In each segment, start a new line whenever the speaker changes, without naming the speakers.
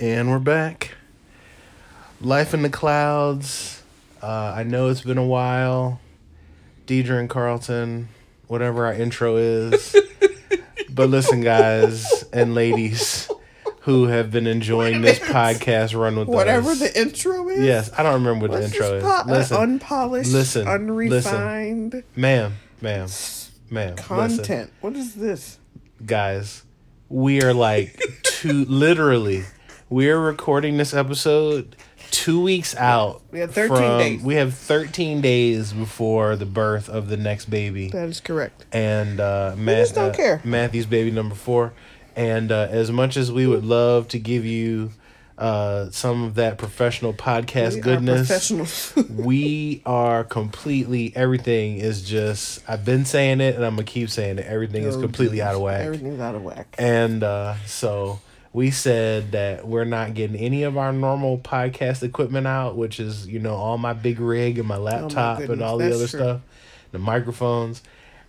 And we're back. Life in the Clouds. Uh, I know it's been a while. Deidre and Carlton, whatever our intro is. but listen, guys and ladies who have been enjoying this podcast run with
Whatever
us.
the intro is.
Yes, I don't remember what
Let's
the intro
just pop
is. Listen,
unpolished,
listen, listen.
unrefined
ma'am, ma'am, ma'am.
content.
Listen,
What is this?
guys, we are like two, literally, we are recording this episode two weeks out.
We have 13 days.
We have 13 days before the birth of the next baby.
That is correct.
and uh, Matt,
just don't
uh,
care.
Matthew's baby number four. And uh, as much as we would love to give you uh, some of that professional podcast
We are
goodness,
professionals.
we are completely everything is just. I've been saying it, and I'm gonna keep saying it. Everything is
Oh,
completely out of
geez.
whack.
Everything's out of whack.
And uh, so we said that we're not getting any of our normal podcast equipment out, which is, you know, all my big rig and my laptop and
Oh goodness,
all the
that's
other
true.
stuff, the microphones.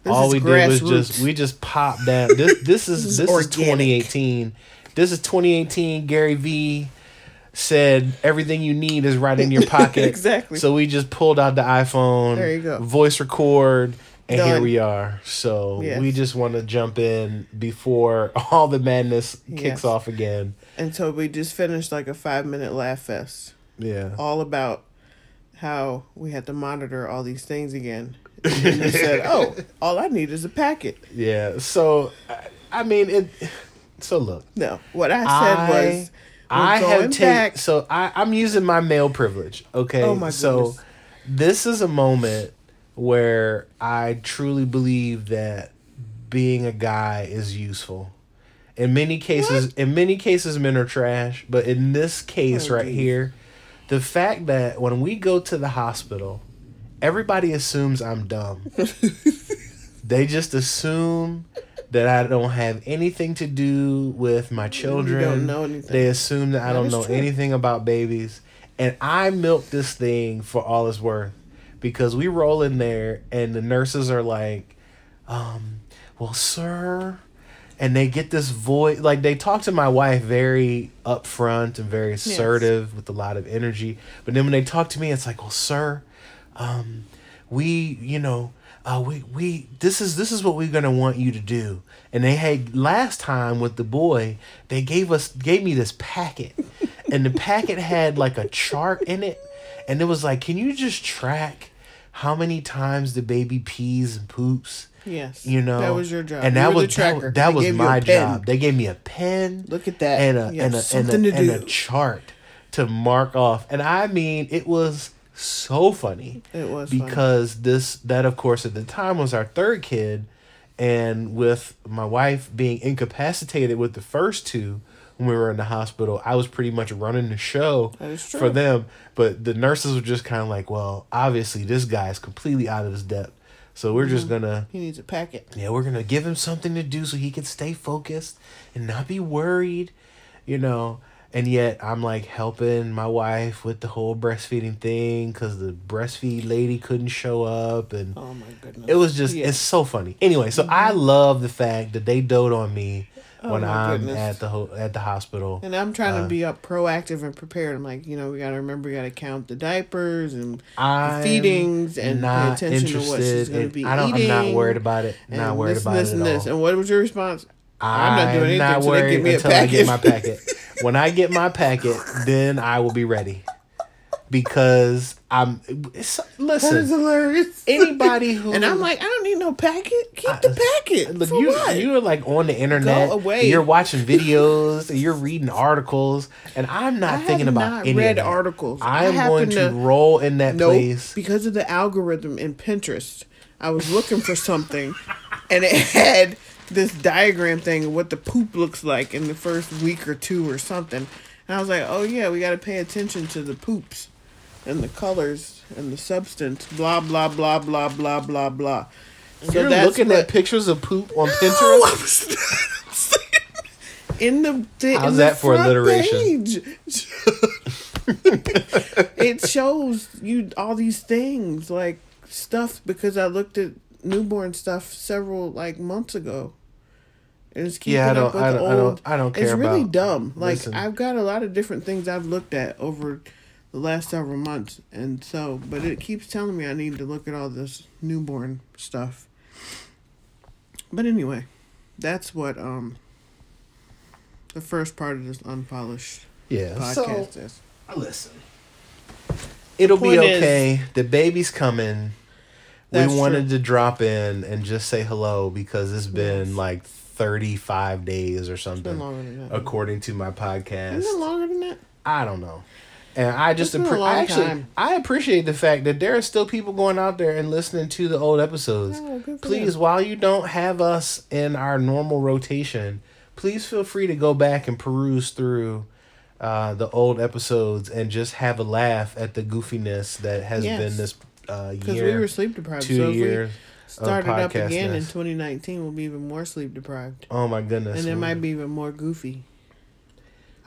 This
all
is
we did was
grassroots.
just we just popped that. This this is
This is
this is
organic.
2018. This is 2018. Gary V said everything you need is right in your pocket.
Exactly.
So we just pulled out the iPhone.
There you go.
Voice record. And here
Done.
we are. So
Yes.
we just want to jump in before all the madness kicks
Yes.
off again.
And so we just finished like a five minute laugh fest,
Yeah.
all about how we had to monitor all these things again. And you said, "Oh, all I need is a packet."
Yeah. So I, I mean it so look.
No, what I said
I-
was, "We're
I have
going back."
taken so I, I'm using my male privilege. Okay.
Oh, my
so
goodness.
this is a moment where I truly believe that being a guy is useful. In many cases in many cases men are trash, but in this case
Oh,
right
geez.
here, the fact that when we go to the hospital, everybody assumes I'm dumb. they just assume that I don't have anything to do with my children.
know anything.
They assume that I don't
is
know
true.
anything about babies. And I milk this thing for all it's worth because we roll in there and the nurses are like, um, well, sir. And they get this voice, like they talk to my wife very upfront and very assertive with a lot of energy. But then when they talk to me, it's like, well, sir, um, we, you know, uh, we, we, this is, this is what we're going to want you to do. And they had last time with the boy, they gave us, gave me this packet and the packet had like a chart in it. And it was like, can you just track how many times the baby pees and poops?
Yes.
You know,
That was your job.
and
You
that
were the
was that,
tracker.
was- that
They
was
gave you a
my
pen.
job. They gave me a pen.
Look at that.
and a
You
and
have
a and a,
something to
and a
do.
chart to mark off. And I mean, it was so funny.
It was funny.
because this that of course at the time was our third kid, and with my wife being incapacitated with the first two. When we were in the hospital, I was pretty much running the show
That is
for
true.
them. But the nurses were just kind of like, "Well, obviously this guy's completely out of his depth, so we're just gonna
He needs a packet.
yeah, we're gonna give him something to do so he can stay focused and not be worried, you know. And yet I'm like helping my wife with the whole breastfeeding thing because the breastfeed lady couldn't show up, and
Oh my goodness.
it was just
Yeah. Mm-hmm.
it's so funny. Anyway, so I love the fact that they dote on me when
Oh, my
I'm
goodness.
at the ho- at the hospital.
and uh, I'm trying to
Uh.
be up proactive and prepared. I'm like, you know, we gotta remember we gotta count the diapers and
I'm
the feedings and pay
not
attention to what she's
interested
gonna
in-
be
I don't.
eating.
I'm not worried about it.
and
not worried
this,
about
this,
it
and
at
this.
all.
And what was your response?
I'm not doing anything
till they give me a
until I get
packet.
my packet. when I get my packet, then I will be ready. Because I'm it's,
That is
listen.
hilarious.
Anybody who
and I'm like, I don't need no packet. Keep the packet.
look,
For
you
what?
you are like on the internet.
away.
You're watching videos. and you're reading articles, and I'm not
I
thinking
have
about
not
any
read
of that.
articles.
I
I
am
happen
going to
to-
roll in that
Nope,
place.
because of the algorithm in Pinterest, I was looking for something, and it had this diagram thing of what the poop looks like in the first week or two or something. And I was like, oh yeah, we got to pay attention to the poops, and the colors and the substance. Blah blah blah blah blah blah blah. So
You're
that's
looking
what-
at pictures of poop on
No, I
Pinterest.
was not saying- in the th-
How's
in
that
the
for
front
alliteration?
page. it shows you all these things like stuff because I looked at newborn stuff several like months ago. and it's keeping
Yeah, I
up
don't,
with
I
the
don't,
old.
I don't, I don't care
it's really
about-
dumb. Um, Like
listen.
I've got a lot of different things I've looked at over the last several months, and so but it keeps telling me I need to look at all this newborn stuff. But anyway, that's what um the first part of this unpolished
yeah. So
podcast is.
listen, it'll be
Point is-
okay. the baby's coming. We
That's
wanted to drop in and just say hello because it's been like thirty five days or something,
longer than that.
according to my podcast.
Isn't it longer than that?
I don't know. And I just
It's been a
appre-
long
I actually
time.
I appreciate the fact that there are still people going out there and listening to the old episodes.
Oh, good for
please,
them.
while you don't have us in our normal rotation, please feel free to go back and peruse through uh, the old episodes and just have a laugh at the goofiness that has
Yes.
been this uh,
Because
year.
we were sleep deprived.
two
so if
years.
we started up again in
podcastness.
2019, we'll be even more sleep deprived.
oh my goodness!
And it might be even more goofy.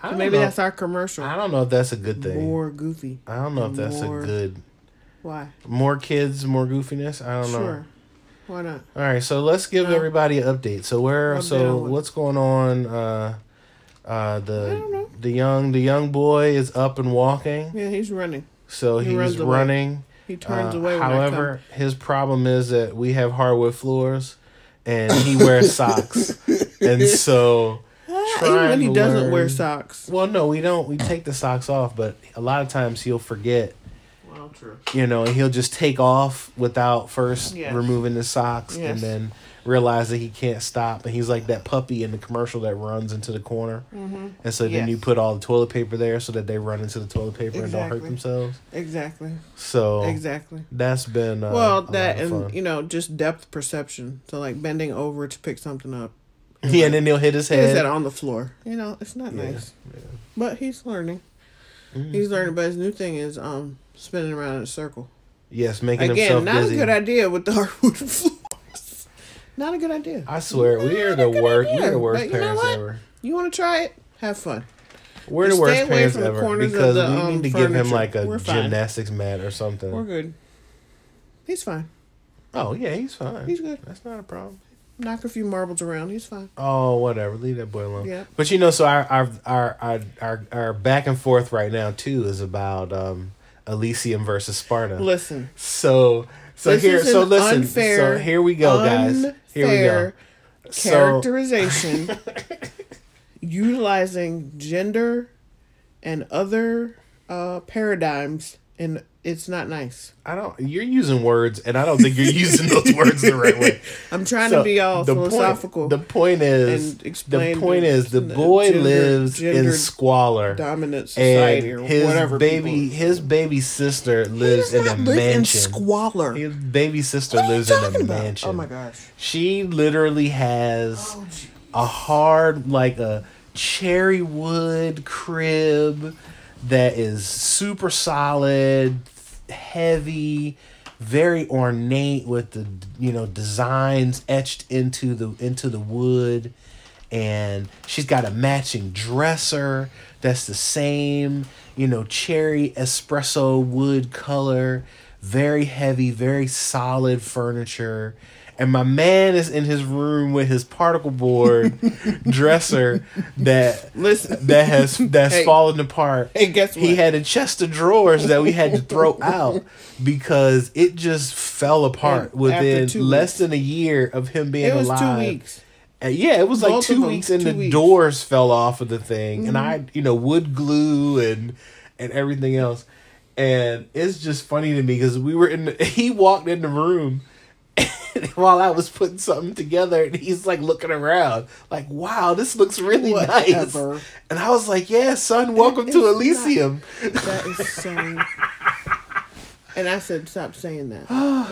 I
So
don't
maybe
know-
that's our commercial.
I don't know if that's a good thing.
More goofy.
I don't know if that's
more-
a good.
Why?
More kids, more goofiness. I don't know.
Sure. Why not?
All right, so let's give
No.
everybody an update. So where?
I'm
so
down with-
what's going on? Uh, uh,
I don't
the
know.
the young the young boy is up and walking.
Yeah, he's running.
So
He
he's
runs away.
running.
He turns
Uh,
away. When
however, his problem is that we have hardwood floors, and he wears socks, and so
I come. Ah, even
trying
when he
to
doesn't wear
learn-
socks.
well, no, we don't. We take the socks off, but a lot of times he'll forget.
Well, true.
You know, and he'll just take off without first
Yes.
removing the socks, and
Yes.
then realize that he can't stop, and he's like that puppy in the commercial that runs into the corner, mm-hmm. and so then
Yes.
you put all the toilet paper there so that they run into the toilet paper and don't hurt
Exactly.
themselves.
Exactly.
So
Exactly.
that's been Oh. uh,
well,
a
that
lot of
and
fun.
you know just depth perception. So like bending over to pick something up.
yeah, and then he'll hit his
He does
head.
that on the floor. You know, it's not
Yeah, Mm.
nice. But he's learning. He's learning. But his new thing is um spinning around in a circle.
Yes, making
Again,
himself
not
dizzy.
a good idea with the hardwood floors. Not a good idea.
I swear, we are the worst. We are the
idea,
worst
but you know
parents
what?
ever.
You want to try it? Have fun.
We're the
Just
worst
stay away
parents
from the
ever
corners of
because
the,
we
um,
need to give him
furniture.
like a
We're fine.
gymnastics mat or something.
We're good. He's fine.
Oh yeah, he's fine.
He's good.
That's not a problem.
Knock a few marbles around. He's fine.
Oh whatever, leave that boy alone.
Yep.
But you know, so our our our our our, our back and forth right now too is about um, Elysium versus Sparta.
Listen.
so so
this
here
is
so
an
listen
unfair-
so here we go guys here we go
unfair
So-
Characterization utilizing gender and other uh, paradigms, and it's not nice.
I don't you're using words and I don't think you're using those words the right way.
I'm trying
So,
to be all
the
philosophical.
Point, the point is,
and explain
the point
the
is, the
gender-
boy lives in
gendered
squalor,
dominant
and
society or
his
whatever
baby,
people-
his baby sister
He
lives
does
in a
not live
mansion.
in squalor.
His baby sister
What are you
lives in a
talking about?
mansion.
Oh my gosh.
She literally has a hard, like a cherry wood crib that is super solid, heavy, very ornate with the you know designs etched into the into the wood, and she's got a matching dresser that's the same you know cherry espresso wood color very heavy, very solid furniture. And my man is in his room with his particle board dresser that
Listen.
that has that's
Hey.
fallen apart.
Hey, guess
He
what?
had a chest of drawers that we had to throw out because it just fell apart
And
within
after two
less than a year of him being
It was
alive.
two weeks.
And yeah, it was like
Both of
two
them,
weeks, and
two
the
weeks. Mm-hmm.
doors fell off of the thing, and I, you know, wood glue and and everything else, and it's just funny to me because we were in. The, he walked in the room. While I was putting something together, and he's like looking around, like, "Wow, this looks really
Whatever.
nice." And I was like, "Yeah, son, welcome to
is
Elysium."
That is so. and I said, stop saying that.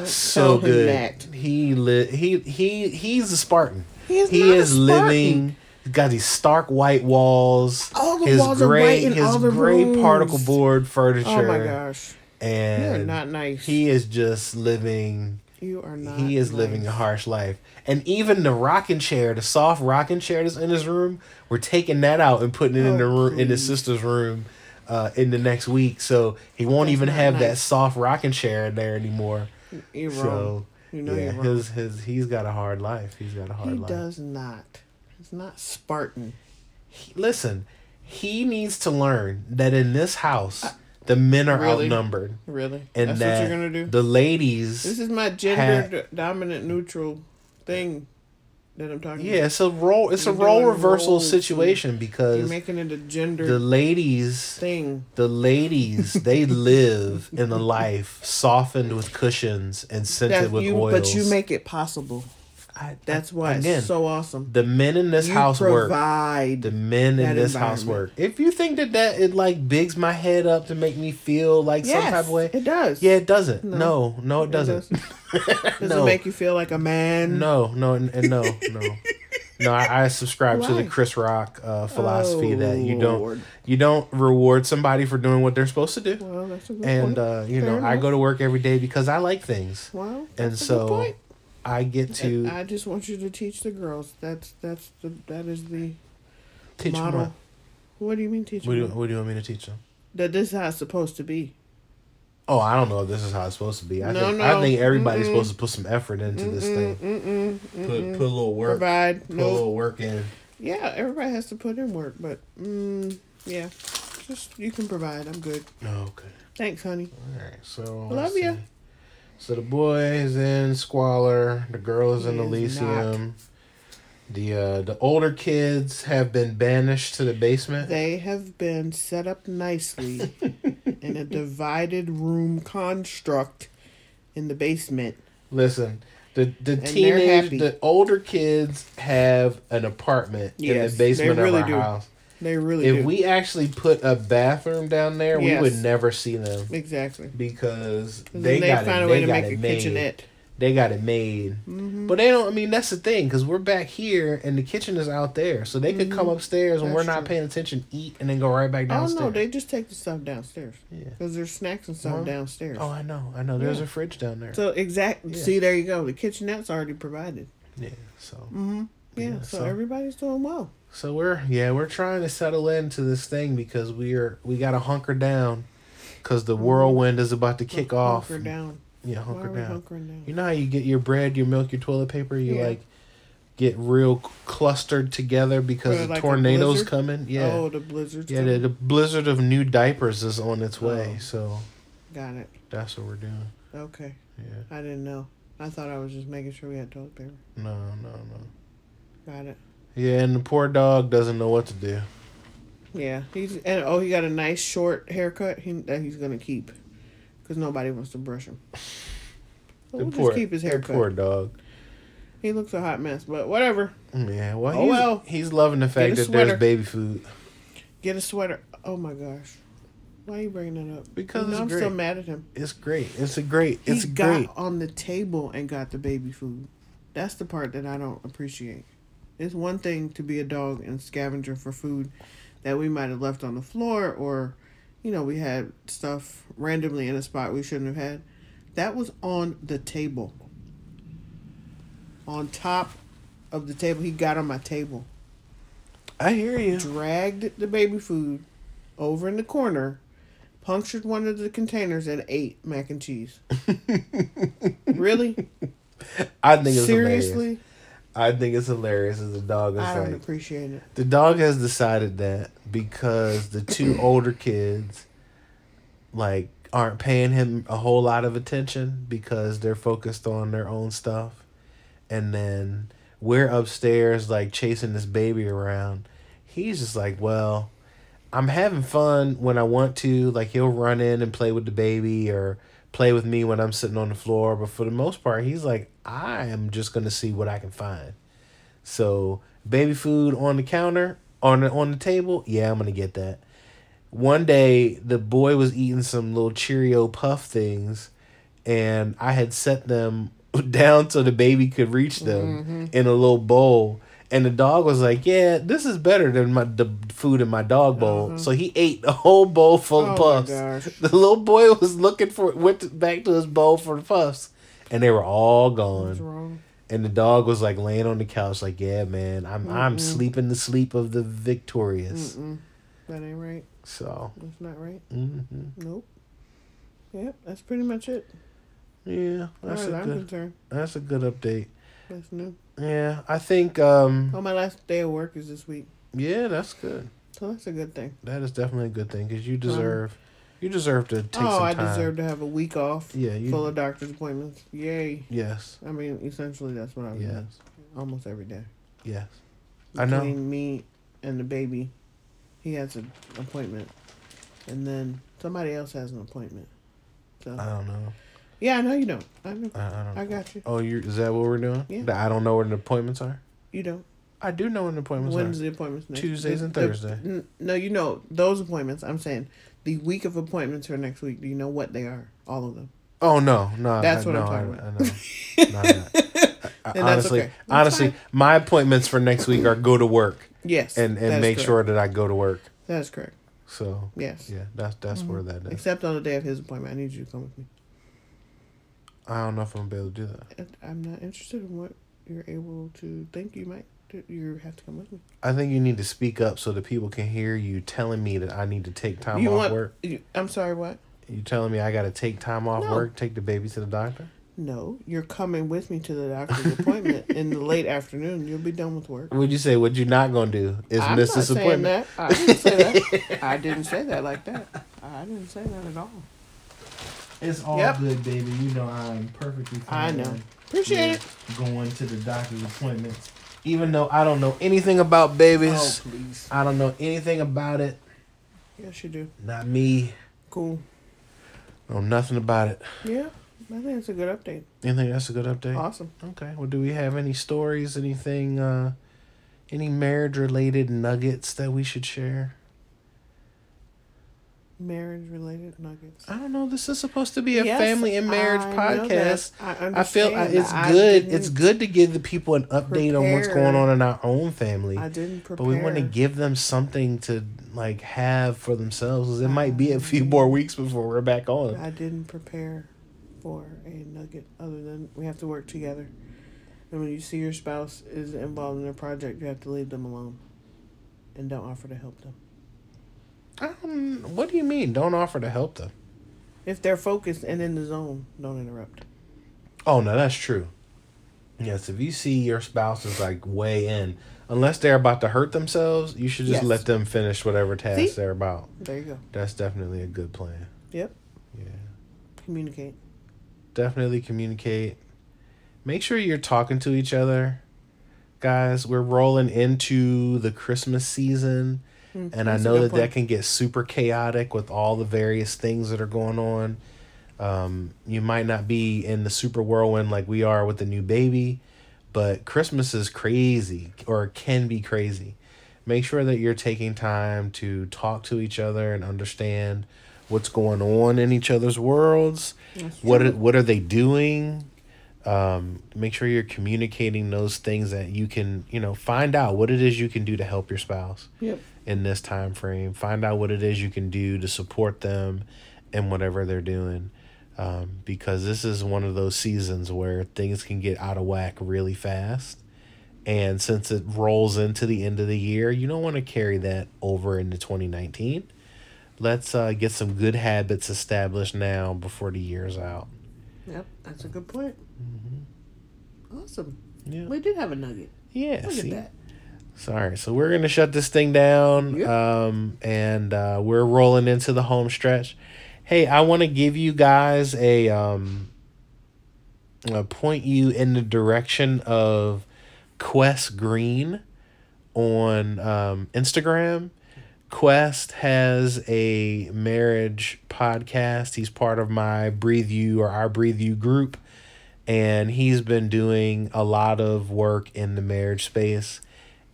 so
Tell him
good.
that.
He li- he he he's a Spartan.
He is not a Spartan.
living. He's got these stark white walls.
All the walls are
gray,
white in
his
all the
gray
rooms.
particle board furniture.
Oh my gosh.
And
You are not nice.
He is just living.
You are not.
He is
nice.
living a harsh life. And even the rocking chair, the soft rocking chair that's in his room, we're taking that out and putting it in the
Oh,
room in his sister's room uh, in the next week. So he won't
That's
even
not
have that
nice.
soft rocking chair in there anymore.
You're wrong.
So
you know
yeah,
you're wrong.
his his he's got a hard life. He's got a hard
He
life.
does not. It's not Spartan.
He- listen, he needs to learn that in this house, the men are
Uh, Really?
outnumbered.
Really?
And
That's
that
what you're gonna do?
the ladies.
This is my gender d- dominant neutral thing that I'm talking
yeah,
about.
it's a role. It's a
You're
role
doing
reversal
roles and-
situation
You're
because
making it a gender
the ladies,
thing.
the ladies, they live in a life softened with cushions and scented
That
with
you,
oils.
but you make it possible.
I-
That's
I-
why
again,
it's so awesome.
the men in this
You
house work.
provide.
The men in
that
this house work.
environment.
If you think that that it like bigs my head up to make me feel like some
Yes,
type of way,
it does.
Yeah, it doesn't. No, no, it
It
doesn't.
Does
no.
it make you feel like a man?
no, no, and and no, no. No, I, I subscribe to the
Why?
Chris Rock uh, philosophy
Oh,
that you don't
Lord.
you don't reward somebody for doing what they're supposed to do.
Well, that's a good
and
point.
uh, you know,
Fair
I
enough.
go to work every day because I like things,
Well,
and
that's a
so
good point.
I get to
I just want you to teach the girls. That's that's the that is the
teach them.
model.
What
What do you mean teach
What do, you,
them?
what do you want me to teach them?
That this is how it's supposed to be.
Oh, I don't know if this is how it's supposed to be. I
No,
think I
no.
think everybody's
Mm-mm.
supposed to put some effort into this thing.
Mm-mm,
Put
mm-mm.
put a little work,
Provide.
put a
No.
little work in.
Yeah, everybody has to put in work, but mm, yeah, just you can provide. I'm good.
Okay.
Thanks, honey.
Alright, so
I
let's
love ya.
see. So the boy is in Squalor, the girl is in
He is
Elysium. The uh the older kids have been banished to the basement.
They have been set up nicely in a divided room construct in the basement.
Listen, the the
they're
teenage
happy.
the older kids have an apartment in
Yes,
the
they
basement
really
of our
do.
house.
They really
If
do.
we actually put a bathroom down there,
Yes.
we would never see them
exactly.
because
And
they,
then
got
find
it,
a way
they
to
got
make
it
a
made.
kitchenette.
They got it made.
Mm-hmm.
But they don't. I mean, that's the thing because we're back here and the kitchen is out there, so they could come upstairs and we're
Mm-hmm. That's
not
true.
paying attention, eat, and then go right back
Oh
downstairs.
no, they just take the stuff downstairs
Yeah.
because there's snacks and stuff
Well,
downstairs.
Oh, I know. I know. There's
Yeah.
a fridge down there.
So exactly.
Yeah.
See, there you go. The kitchenette's already provided.
yeah. So.
Mm-hmm. Yeah.
Yeah,
so,
so-
everybody's doing well.
So we're yeah we're trying to settle into this thing because we are we gotta hunker down, because the whirlwind is about to kick off.
Hunker down.
Yeah,
Why
hunker
are we
down.
hunkering down?
You know how you get your bread, your milk, your toilet paper. You
Yeah.
like get real c- clustered together because
Or
the
like a
tornado's
blizzard?
coming. Yeah.
Oh, the blizzard's
Yeah, the,
coming.
the blizzard of new diapers is on its way,
Oh.
so
Got it.
that's what we're doing.
Okay.
Yeah,
I didn't know. I thought I was just making sure we had toilet paper.
no, no, no.
Got it.
Yeah, and the poor dog doesn't know what to do.
Yeah. He's and oh, he got a nice short haircut he, that he's gonna keep, because nobody wants to brush him. So
The
we'll
poor-
just keep his
the
haircut.
Poor dog.
He looks a hot mess, but whatever.
Yeah, well,
Oh,
he's,
well.
he's loving the fact
a
that
sweater.
there's baby food.
Get a sweater. Oh my gosh. Why are you bringing that up?
Because
You know,
it's
I'm
great.
still mad at him.
It's great. It's a great. It's
he
great.
got on the table and got the baby food. That's the part that I don't appreciate. It's one thing to be a dog and scavenger for food that we might have left on the floor or, you know, we had stuff randomly in a spot we shouldn't have had. That was on the table. On top of the table. He got on my table
I hear you.
dragged the baby food over in the corner, punctured one of the containers, and ate mac and cheese. really?
I think it's hilarious.
Seriously?
I think it's hilarious that the dog is
I don't
like
appreciate it.
the dog has decided that because the two older kids like aren't paying him a whole lot of attention because they're focused on their own stuff and then we're upstairs like chasing this baby around he's just like well i'm having fun when i want to like he'll run in and play with the baby or play with me when i'm sitting on the floor but for the most part he's like i am just gonna see what i can find so baby food on the counter, on the, on the table. Yeah, I'm gonna get that. One day the boy was eating some little Cheerio puff things, and I had set them down so the baby could reach them
Mm-hmm.
in a little bowl. And the dog was like, "Yeah, this is better than my the food in my dog bowl." So he ate a whole bowl full
Uh-huh. Oh
of
my
puffs.
gosh.
The little boy was looking for went to- back to his bowl for the puffs, and they were all gone
What's wrong?
and the dog was like laying on the couch like yeah man i'm i'm sleeping the sleep of the victorious
Mm-mm. That ain't right.
so
That's not right.
hmm
Nope. Yep, that's pretty much it.
yeah
As
that's
far as
a
I'm
good
concerned.
that's a good update
That's new.
Yeah, I think. um
Oh, my last day of work is this week,
Yeah, that's good.
so that's a good thing.
That is definitely a good thing because you deserve, you deserve to take
Uh-huh. oh,
some
I
time.
deserve to have a week off.
Yeah, you.
Full of doctor's appointments. Yay.
yes,
I mean, essentially, that's what I'm
yes,
doing almost every day.
yes. I know.
Between me and the baby, he has an appointment, and then somebody else has an appointment. So
I don't know.
yeah, I know you don't. I know.
I, I don't.
I got you.
oh, you is that what we're doing?
Yeah.
That I don't know where the appointments are.
You don't.
I do know when the appointments
When's
are.
the appointments next?
Tuesdays
The-
and
the-
Thursday.
n- no, you know those appointments. I'm saying the week of appointments are next week. Do you know what they are? All of them.
Oh no, no.
That's
I,
what I'm
no,
talking
I,
about.
I know. No, I'm not. I-
that's
honestly,
okay. That's
honestly,
fine.
my appointments for next week are go to work
Yes.
and
that is
and make
correct.
sure that I go to work.
that is correct.
So
Yes.
yeah, that's that's
Mm-hmm.
where that is.
Except on the day of his appointment, I need you to come with me.
I don't know if I'm gonna be able to do that.
And I'm not interested in what you're able to think you might. do. You have to come with me.
I think you need to speak up so that people can hear you telling me that I need to take time
you
off
want?
work.
You, I'm sorry. What?
You telling me I got to take time off
No.
work, take the baby to the doctor?
No, you're coming with me to the doctor's appointment in the late afternoon. You'll be done with work.
Would you say what you not gonna do is
I'm
miss
not
this
saying
appointment?
that. I didn't say that. I didn't say that like that. I didn't say that at all.
It's all
Yep.
good, baby. You know I'm perfectly
I know. Appreciate it.
going to the doctor's appointments, even though I don't know anything about babies.
Oh, please.
I don't know anything about it.
Yes, you do.
Not me.
Cool.
Know nothing about it.
Yeah, I think it's a good update.
You think that's a good update?
Awesome.
Okay. Well, do we have any stories? Anything? Uh, any marriage related nuggets that we should share?
Marriage related nuggets.
I don't know. This is supposed to be a
Yes,
family and marriage
I know that.
podcast. I,
I,
feel uh,
understand.
it's
I
good.
didn't-
It's good to give the people an update on what's
prepare.
going on in our own family.
I didn't prepare.
But we want to give them something to like have for themselves. 'cause It might be a few more weeks before we're back on.
I didn't prepare for a nugget other than we have to work together. And when you see your spouse is involved in a project, you have to leave them alone and don't offer to help them.
I don't, Um, what do you mean? Don't offer to help them?
If they're focused and in the zone, don't interrupt.
Oh no, that's true. Yes, if you see your spouse is like way in, unless they're about to hurt themselves, you should just
Yes.
let them finish whatever task
See?
they're about.
There you go.
That's definitely a good plan.
Yep.
Yeah,
Communicate.
definitely communicate. Make sure you're talking to each other, guys. We're rolling into the Christmas season.
Mm,
and I
that's a
know
good
that
point.
that can get super chaotic with all the various things that are going on. Um, you might not be in the super whirlwind like we are with the new baby, but Christmas is crazy or can be crazy. Make sure that you're taking time to talk to each other and understand what's going on in each other's worlds.
That's
What are,
true.
what are they doing? Um, make sure you're communicating those things that you can, you know, find out what it is you can do to help your spouse
Yep.
in this time frame. Find out what it is you can do to support them and whatever they're doing. Um, because this is one of those seasons where things can get out of whack really fast. And since it rolls into the end of the year, you don't want to carry that over into 2019. Let's uh, get some good habits established now before the year's out.
Yep. That's a good point. Awesome.
Mm-hmm. Yeah.
We did have a nugget.
Yeah.
Look
see?
at that.
Sorry. So we're gonna shut this thing down.
Yep.
Um, and uh, we're rolling into the home stretch. Hey, I want to give you guys a um, uh, point you in the direction of Quest Green on um, Instagram. Quest has a marriage podcast. He's part of my Breathe You or our Breathe You group. And he's been doing a lot of work in the marriage space.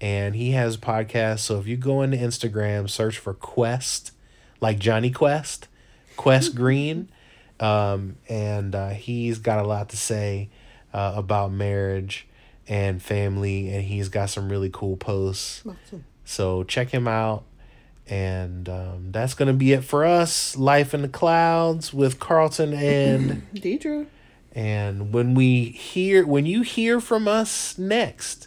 And he has podcasts. So if you go into Instagram, search for Quest, like Johnny Quest, Quest Green. Um, and uh, he's got a lot to say uh, about marriage and family. And he's got some really cool posts.
Awesome.
So check him out. And um, that's going to be it for us. Life in the Clouds with Carlton and.
Deidre.
and when we hear, when you hear from us next,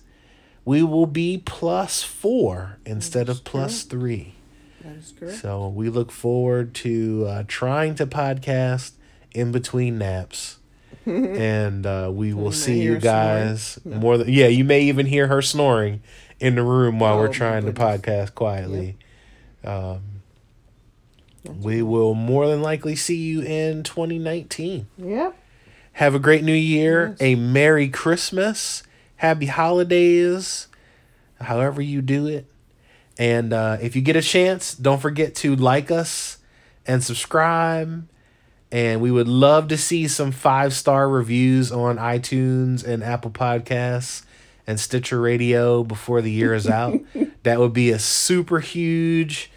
we will be plus four instead of plus three.
That is correct.
So we look forward to uh, trying to podcast in between naps. and uh, we will
might
see
hear
you
her snoring.
guys more than yeah. You may even hear her snoring in the room while
Oh,
we're
my
trying to
goodness.
podcast quietly. Um, we will more than likely see you in 2019.
Yep.
Have a great new year, a Merry Christmas, Happy Holidays, however you do it. And uh, if you get a chance, don't forget to like us and subscribe. And we would love to see some five star reviews on iTunes and Apple Podcasts and Stitcher Radio before the year is out. that would be a super huge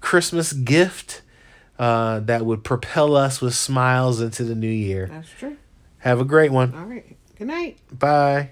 Christmas gift uh, that would propel us with smiles into the new year.
That's true.
Have a great one.
All right. Good night.
Bye.